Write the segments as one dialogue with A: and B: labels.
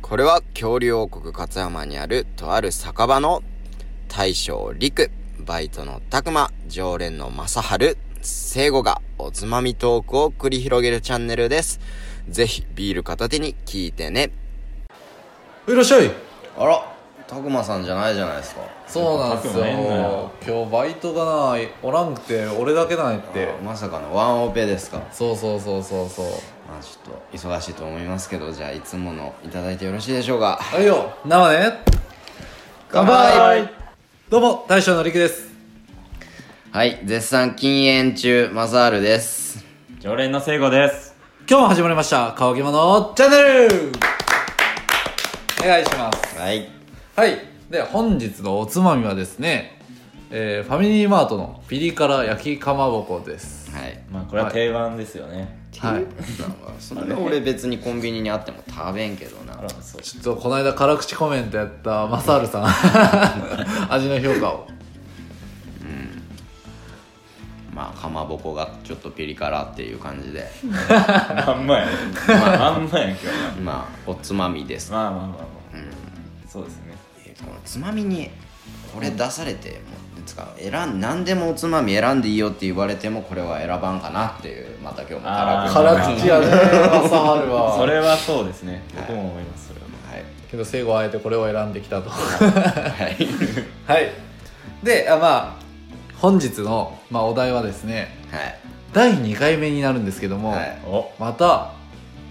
A: これは恐竜王国勝山にあるとある酒場の大将陸、バイトの拓馬、常連の正春、聖護がおつまみトークを繰り広げるチャンネルです。ぜひビール片手に聞いてね。
B: いらっしゃい
A: あら、拓馬さんじゃないじゃないですか。
B: そうなんですよ
C: 拓磨いんのよ
B: 今日バイトがなおらんくて俺だけなんやって
A: まさかのワンオペですか。
B: そうそうそうそうそう
A: まあちょっと忙しいと思いますけど、じゃあいつものいただいてよろしいでしょうか。
B: はいよ生ね
A: 乾杯
B: どうも大将のりくです
A: はい、絶賛禁煙中、マサールです。
C: 常連の聖護です
B: 今日も始まりました「乾きのチャンネル」お願いします
A: はい。
B: はいで本日のおつまみはですね、えーファミリーマートのピリ辛焼きかまぼこです
A: はい。
C: まあこれは定番ですよね、
B: はい
A: なんかそんな俺別にコンビニにあっても食べんけどな
C: あらそう
B: ちょっとこの間辛口コメントやったマサールさん 味の評価を
A: まあかまぼこがちょっとピリ辛っていう感じで
C: まんまやねまあまんまやん今日は
A: まあおつまみです、
C: まあまあまあまあ
A: うん、
C: そうですね
A: えこのつまみにこれ出されてもうなんつうか選ん何でもおつまみ選んでいいよって言われてもこれは選ばんかなっていうまた今日も辛
C: あ
A: く
C: ー
A: 辛
B: 辛口やねマサールは
C: それはそうですね僕も思いますそれは
B: けど聖護はあえてこれを選んできた と
A: はい、はい、
B: はいであまあ本日の、まあ、お題はですね第2回目になるんですけども、
A: はい
C: お
B: また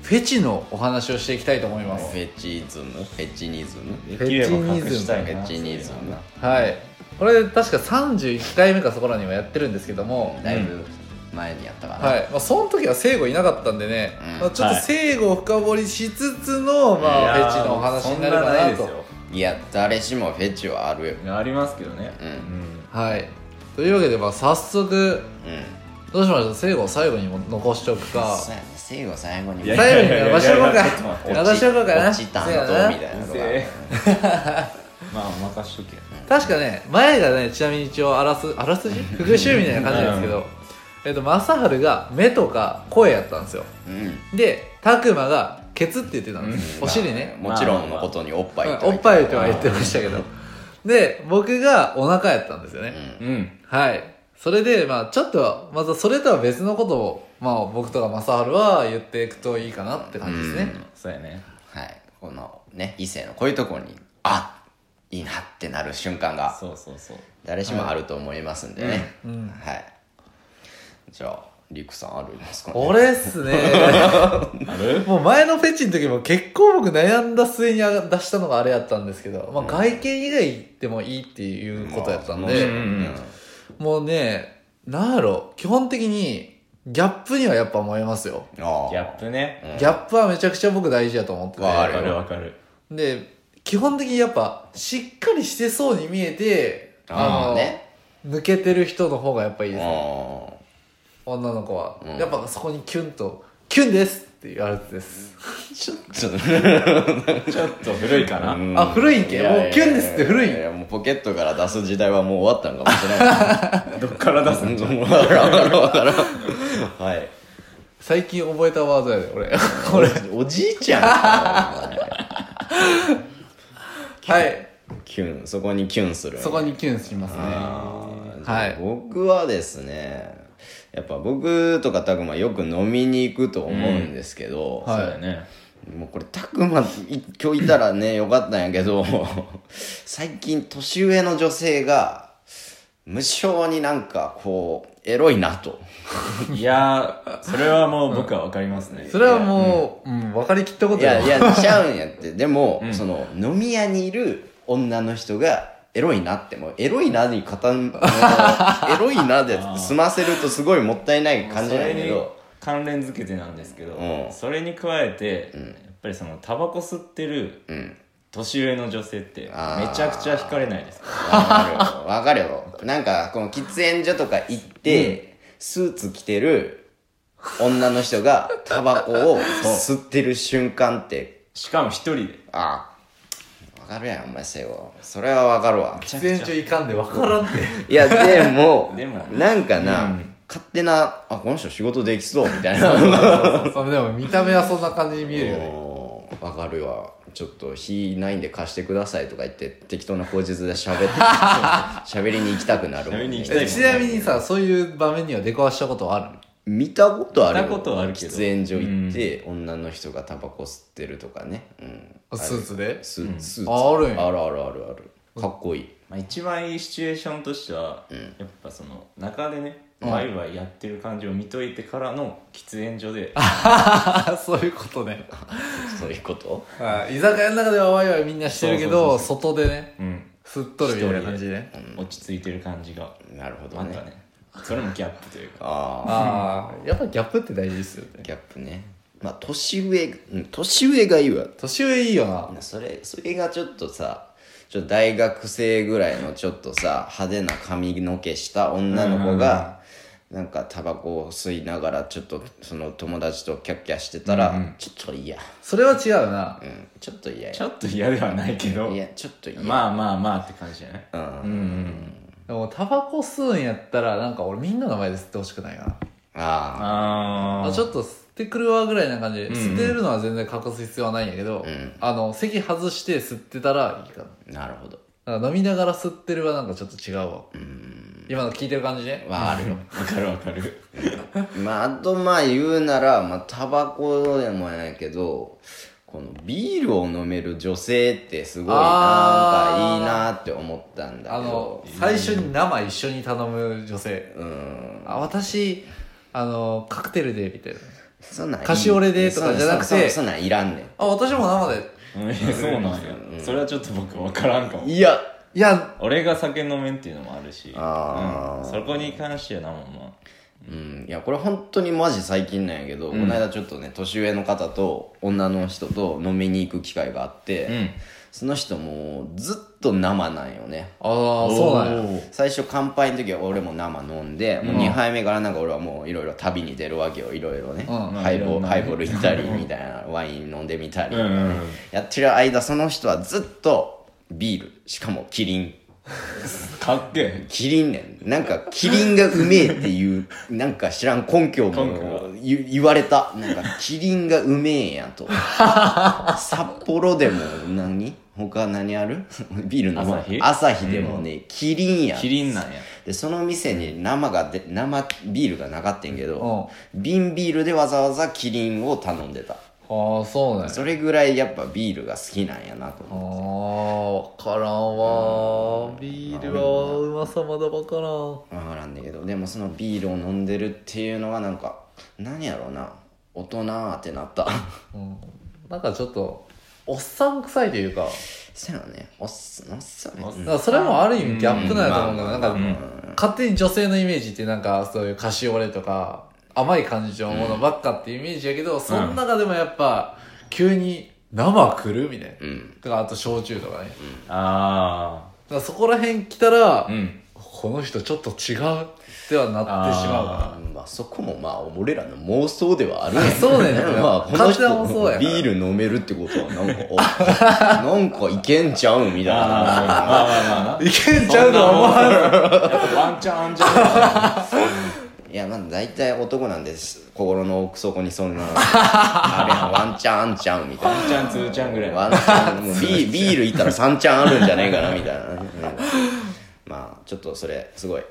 B: フェチのお話をしていきたいと思いま
A: フ
B: す
A: ェチズムフェチニズム
C: できれば隠した
A: フ
C: いな
A: ェチニズム
B: はいこれ確か31回目かそこらにはやってるんですけども、
A: だいぶ前にやったから、
B: はいまあ、その時は聖護いなかったんでね、
A: うん
B: まあ、ちょっと聖護を深掘りしつつの、まあ、フェチのお話になるかなと
A: いや誰しもフェチはあるよ
C: とありますけどね
A: うん
B: はいというわけで、まあ、早速
A: うん
B: どうしましょう聖護を最後にも残しておくか
A: そうやね生後最後に
C: いや
B: 最後に私は
C: いやいやいやちょっと待
B: 今
C: って
B: 回私は今回な
A: 落ちたん
B: そうや
A: と
B: な
A: みたいなとか
C: せ まあお任しとけ
B: 確かね前がねちなみに一応あらすあらすじ復習みたいな感じなんですけど、えっと正治が目とか声やったんですよ
A: うん
B: で拓磨がケツって言ってたんです、お尻ね、
A: まあもちろんのことにおっぱい
B: うん
A: とは
B: お
A: 言
B: っぱい
A: て
B: とは言ってましたけどで僕がお腹やったんですよね、
C: うん
B: はいそれでまあちょっとまたそれとは別のことをまあ僕とか正治は言っていくといいかなって感じですね、
C: そうやね
A: はいこのね異性のこういうとこにあいいなってなる瞬間が
C: そうそうそう
A: 誰しもあると思いますんでね
B: うんうん
A: はいじゃありくさんあるんですかね
B: 俺っすね
C: ある
B: もう前のフェチの時も結構僕悩んだ末に出したのがあれやったんですけど、まあ、外見以外でもいいっていうことやったんで、
C: うんうん
B: もうねなんやろ基本的にギャップにはやっぱ燃えますよ、
A: あ
C: ギャップね
B: ギャップはめちゃくちゃ僕大事やと思ってて
A: わあ
C: わ
A: るよ
C: かるわかる
B: で基本的にやっぱしっかりしてそうに見えて
A: あー
B: の
A: ね
B: 抜けてる人の方がやっぱいいです
A: あ
B: 女の子は、
A: うん
B: やっぱそこにキュンと「キュンです!」って言われてです、
A: ちょっと
C: ちょっと古いかな
A: うん
B: あ古いんけ
A: ややや
B: もうキュンですって古いん
A: ややもうポケットから出す時代はもう終わったんかもしれない
C: どっから出す
A: うんもうわからんわからんわからんはい
B: 最近覚えたワードや で俺
A: おおじいちゃんか
B: はい
A: キュンそこにキュンする
B: そこにキュンしますね
A: あーじゃあ
B: はい
A: 僕はですねやっぱ僕とかたくまよく飲みに行くと思うんですけど、
B: うん
C: そうやね
A: もうこれたくまい今日いたらねよかったんやけ ど最近年上の女性が無性になんかこうエロいなと
C: いやーそれはもう僕はわかりますね
B: それはもう、うん分かりきったこと
A: いやい
B: や
A: や、ちゃうんや って。でも、その、飲み屋にいる女の人が、エロいなって、もうエロいなに傾、あ のエロいなで済ませるとすごいもったいない感じなんやけ
C: それに
A: ど、
C: 関連づけてなんですけど、
A: うん
C: それに加えて、やっぱりそのタバコ吸ってる
A: うん。
C: 年上の女性ってめ
A: あー
C: ちゃくちゃ惹かれないですか
A: わかるよ。わかるよ。なんか、この喫煙所とか行って、スーツ着てる女の人がタバコを吸ってる瞬間って、
C: しかも一人で
A: ああ、わかるやん、お前せよ。それはわかるわ。
B: 喫煙所いかんで分からんって
A: いや、でも、
C: でも
A: なんかな、勝手な、あ、この人仕事できそうみたいな。
B: そうでも見た目はそんな感じに見えるよね
A: お わかるわちょっと火ないんで貸してくださいとか言って適当な口実で 喋って喋りに行きたくなるもんね
C: 喋りに行きたい
B: えちなみにさそういう場面には出くわしたことはある
A: 見たことあるよ
C: 見たことはあるけど
A: 喫煙所行って、女の人がタバコ吸ってるとかね、うん、
B: あスーツで
A: スーツスーツ
B: ああるんや
A: あるあるあるあるかっこいい、
C: まあ、一番いいシチュエーションとしては、やっぱその中でねワイワイやってる感じを見といてからの喫煙所で
B: あそういうことね
A: そういうこと
B: あ居酒屋の中ではワイワイみんなしてるけど外でね
C: うん
B: 吸っとるみたいな感じでね
C: 落ち着いてる感じが
A: なるほど
C: ま
A: ね
C: たねそれもギャップというか
A: あ
B: ああやっぱギャップって大事ですよ
A: あ
B: ね
A: ギャップねまあ年上うん年上がいいわ
B: 年上いいよな
A: それそれがちょっとさちょっと大学生ぐらいのちょっとさ派手な髪の毛した女の子がなんかタバコを吸いながらちょっとその友達とキャッキャしてたら、ちょっと嫌、
B: それは違うな
A: うん、ちょっと嫌や
C: ちょっと嫌ではないけど
A: いやちょっと嫌、
C: まあまあまあって感じじゃない
A: うん
B: でもタバコ吸うんやったらなんか俺みんなの前で吸ってほしくないな
A: あ
C: あ
B: あ
C: あ
B: ちょっと吸ってくるわぐらいな感じで、
C: んうん
B: 吸ってるのは全然隠す必要はないんやけど、
A: ん
B: あの席外して吸ってたらいいか
A: あなるほど
B: ななんか飲みながら吸ってるはなんかちょっと違うわ今の聞いてる感じね
A: わある
C: わかるわかる
A: まああとまあ言うならまあタバコでもやけどこのビールを飲める女性ってすごいなん
B: あー
A: かいいなって思ったんだ
B: あ
A: け
B: の
A: ど
B: 最初に生一緒に頼む女性
A: うん
B: あ私あのカクテルでみたいな
A: そんなんいい
B: カシオレでとかじゃなくて
A: そんそんそんなんいらんね
B: あ私も生で
C: うんそうなんやそれはちょっと僕分からんかも
A: んいや
B: いや
C: 俺が酒飲めんっていうのもあるし
A: あ
C: うんそこに関してはなもんま
A: うんいやこれ本当にマジ最近なんやけど、この間ちょっとね年上の方と女の人と飲みに行く機会があって、
C: うん
A: その人もうずっと生なんよね
B: ああそうなんや
C: おー
A: 最初乾杯の時は俺も生飲んで、もう2杯目からなんか俺はもういろいろ旅に出るわけよいろいろね、
B: うん
A: ハイボ
C: いろんな
A: ハイボール行ったりみたいなワイン飲んでみたり、
C: うんうんうん
A: やってる間その人はずっとビールしかもキリン
C: かっけえ
A: キリンねん。なんか、キリンがうめえっていう、なんか知らん根拠
C: 根拠
A: も言言われた。なんか、キリンがうめえや と。札幌でも何他何ある ビールの
C: 朝日
A: 朝日でもね、キリンや。
C: キリンなんや
A: で、その店に生がで、生ビールがなかったんけど、
B: う
A: 瓶ビールでわざわざキリンを頼んでた。
B: ああそうなんや
A: それぐらいやっぱビールが好きなんやなと
B: あー、わからんわー。ビールはうまさまだわからん。
A: わからんだけどでもそのビールを飲んでるっていうのがなんか何やろうな大人ってなった
B: なんかちょっと、おっさん臭いというか、
A: そうやろねおっすおっさんね
C: おっさ
A: うんん
B: なんかそれもある意味ギャップなんやと思うけど、
A: うん
B: なん
A: ま
B: か、勝手に女性のイメージってなんか、そういうカシオレとか、甘い感じのものばっかっていうイメージやけど、その中でもやっぱ、急に生来るみたい
A: う
B: な。
A: ん
B: とか、あと焼酎とかね。だ
C: あ
B: からそこら辺来たら、
C: あうん
B: この人ちょっと違うってはなってしまうかな。
A: まあそこもまあ俺らの妄想ではあるんやけど
B: そうだよね
A: まあこの人
B: 勝手な妄想やから
A: ビール飲めるってことはなんかあなんか いけんちゃうみたい
C: あ
A: な
C: ーまあまあまあない
B: けんちゃうとは思わん
C: やっぱワンチャンあんじゃ
A: いやまあ大体男なんです心の奥底にそんなあれやんワンチャンあんちゃうみたい
C: んワンチャンツーチャンぐらい
A: なワンチャンもうビービールいったら3チャンあるんじゃねえかなみたいな、うんまあちょっとそれすごい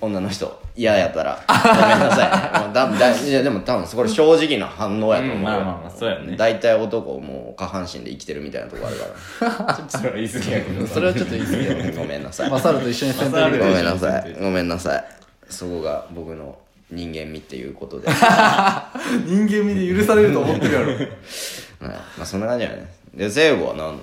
A: 女の人嫌やったらごめんなさいもうだだいやでも多分これ正直な反応やと思う、
C: うんまあまあまあそうやね
A: 大体男もう下半身で生きてるみたいなとこあるか
C: ちょっとそれは言い過ぎやけど
B: それはちょっと言い過ぎや
A: らごめんなさい
B: マサルと一緒に洗濯
A: ごめ
B: 機
C: マサル
A: んなさいごめんなさいそこが僕の人間味っていうことで
B: 人間味で許されると思ってるやろ
A: はい、まあそんな感じだよねで聖子は何なの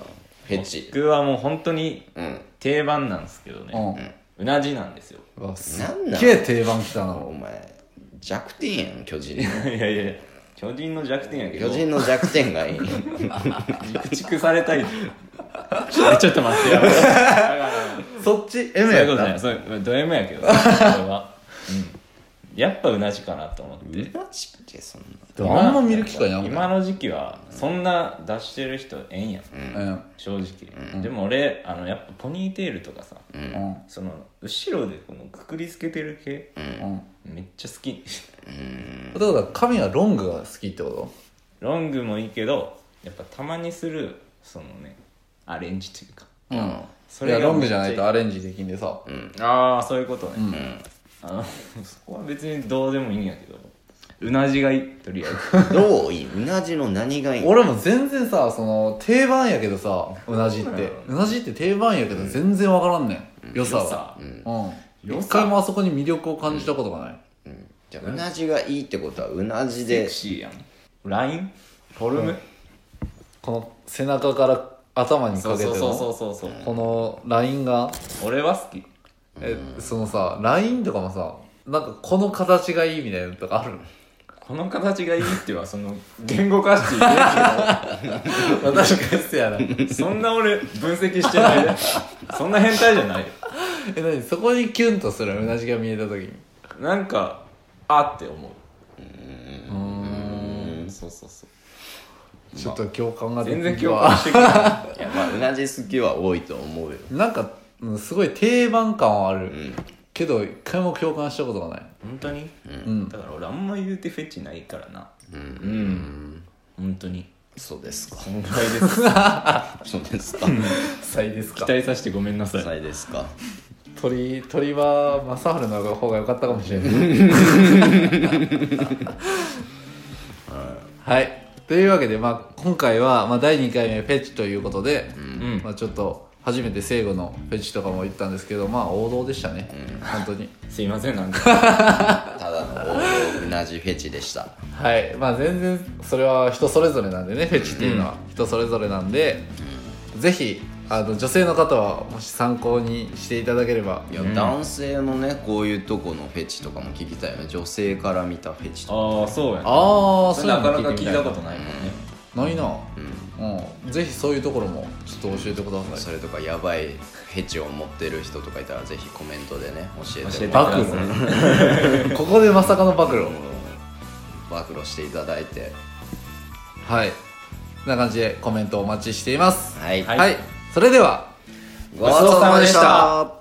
A: フェチ
C: 僕はもう本当に
A: うん
C: 定番なんですけど
B: う
C: ね
B: ん、
C: うなじなんですよ
B: うわす
A: なん
B: っ
A: な
B: げえ
A: ん
B: 定番きたな
A: お前弱点やん巨人
C: いやいやいや巨人の弱点やけど
A: 巨人の弱点がいい
C: 駆逐されたいち ょちょっと待ってやばいだから
B: そっち
C: そう
B: M
C: いう
B: や
C: こ
B: っ
C: とじゃ
B: た
C: ないそういうド M やけどそれは、うん、やっぱうなじかなと思って
A: マジでそんな
B: でもあんま見る機会ないもんね
C: 今の時期はそんな出してる人えんやん、
B: うん
C: 正直、でも俺あのやっぱポニーテールとかさ、
B: うん
C: その後ろでこのくくりつけてる系、
B: うん
C: めっちゃ好き
B: ってことは髪はロングが好きってこ
C: ロングもいいけどやっぱたまにするそのねアレンジというか
B: うん
C: そ
B: いやロングじゃない
C: めっち
B: とアレンジできんでさ、
C: ああそういうことね、あのそこは別にどうでもいいんやけどうなじがいいとりあえ
A: どういいうなじの何がいい
B: 俺も全然さその定番やけどさうなじってうなじって定番やけど全然わからんねん、良
C: ず
B: さ
C: さ
B: はうん
C: 良
B: 一
C: さ
B: 回もあそこに魅力を感じたことがない、
A: じゃあうなじがいいってことはうなじ
C: セ
A: で
C: クシーやんラインフォルム、
B: この背中から頭に
C: そ
B: か
C: う
B: けて
C: そうそうそう
B: の
C: そうそう
B: このラインが
C: 俺は好き
B: えそのさラインとかもさなんかこの形がいいみたいなのとかある
C: この形がいいっていうのはその言語化していない
B: 確かにそうやな
C: けどそんな俺分析してないよそんな変態じゃないよ
B: え何そこにキュンとするうなじが見えた時に
C: なんかあって思う
B: うん
C: うんそうそうそう
B: ちょっと共感ができ
C: 全
B: る
C: 然共感してく れない
A: やまあうなじ好きは多いと思うよ
B: なんか、うんすごい定番感はある、けど一回も共感したことがない
C: 本当に、
B: ん
C: だから俺あんま言うてフェチないからなうん、本当 に
A: そうですか
C: そのぐらいです
A: そうですか
B: 最です
C: 期待させてごめんなさい
A: そうですか
B: 鳥鳥は正治の方が良かったかもしれないはいというわけで、まあ、今回は、まあ、第2回目フェチということで、
C: ん
B: まあ、ちょっと初めて聖護のフェチとかも言ったんですけどまあ王道でしたね、本当に
C: すいませんなんか
A: ただの王道うなじフェチでした
B: はいまあ全然それは人それぞれなんでねフェチっていうのは人それぞれなんで、ぜひあの女性の方はもし参考にしていただければ
A: いや、男性のねこういうとこのフェチとかも聞きたいよね女性から見たフェチとか
C: ああそうやな
B: ああ
C: そ
B: そう
C: れ
B: いう
C: な
B: のも
C: かなか
B: いてみ
C: 聞いたことないもんね
B: ないな、うんぜひそういうところもちょっと教えてくださ
A: それとかやばいフェチを持ってる人とかいたらぜひコメントでね教えて
C: 教えて
A: も
C: く
A: ら
C: だ
A: っ
B: 暴いここでまさかの暴露
A: 暴露していただいて
B: はいこんな感じでコメントお待ちしています
A: はい、
B: はい、それでは
A: ごちそうさまでした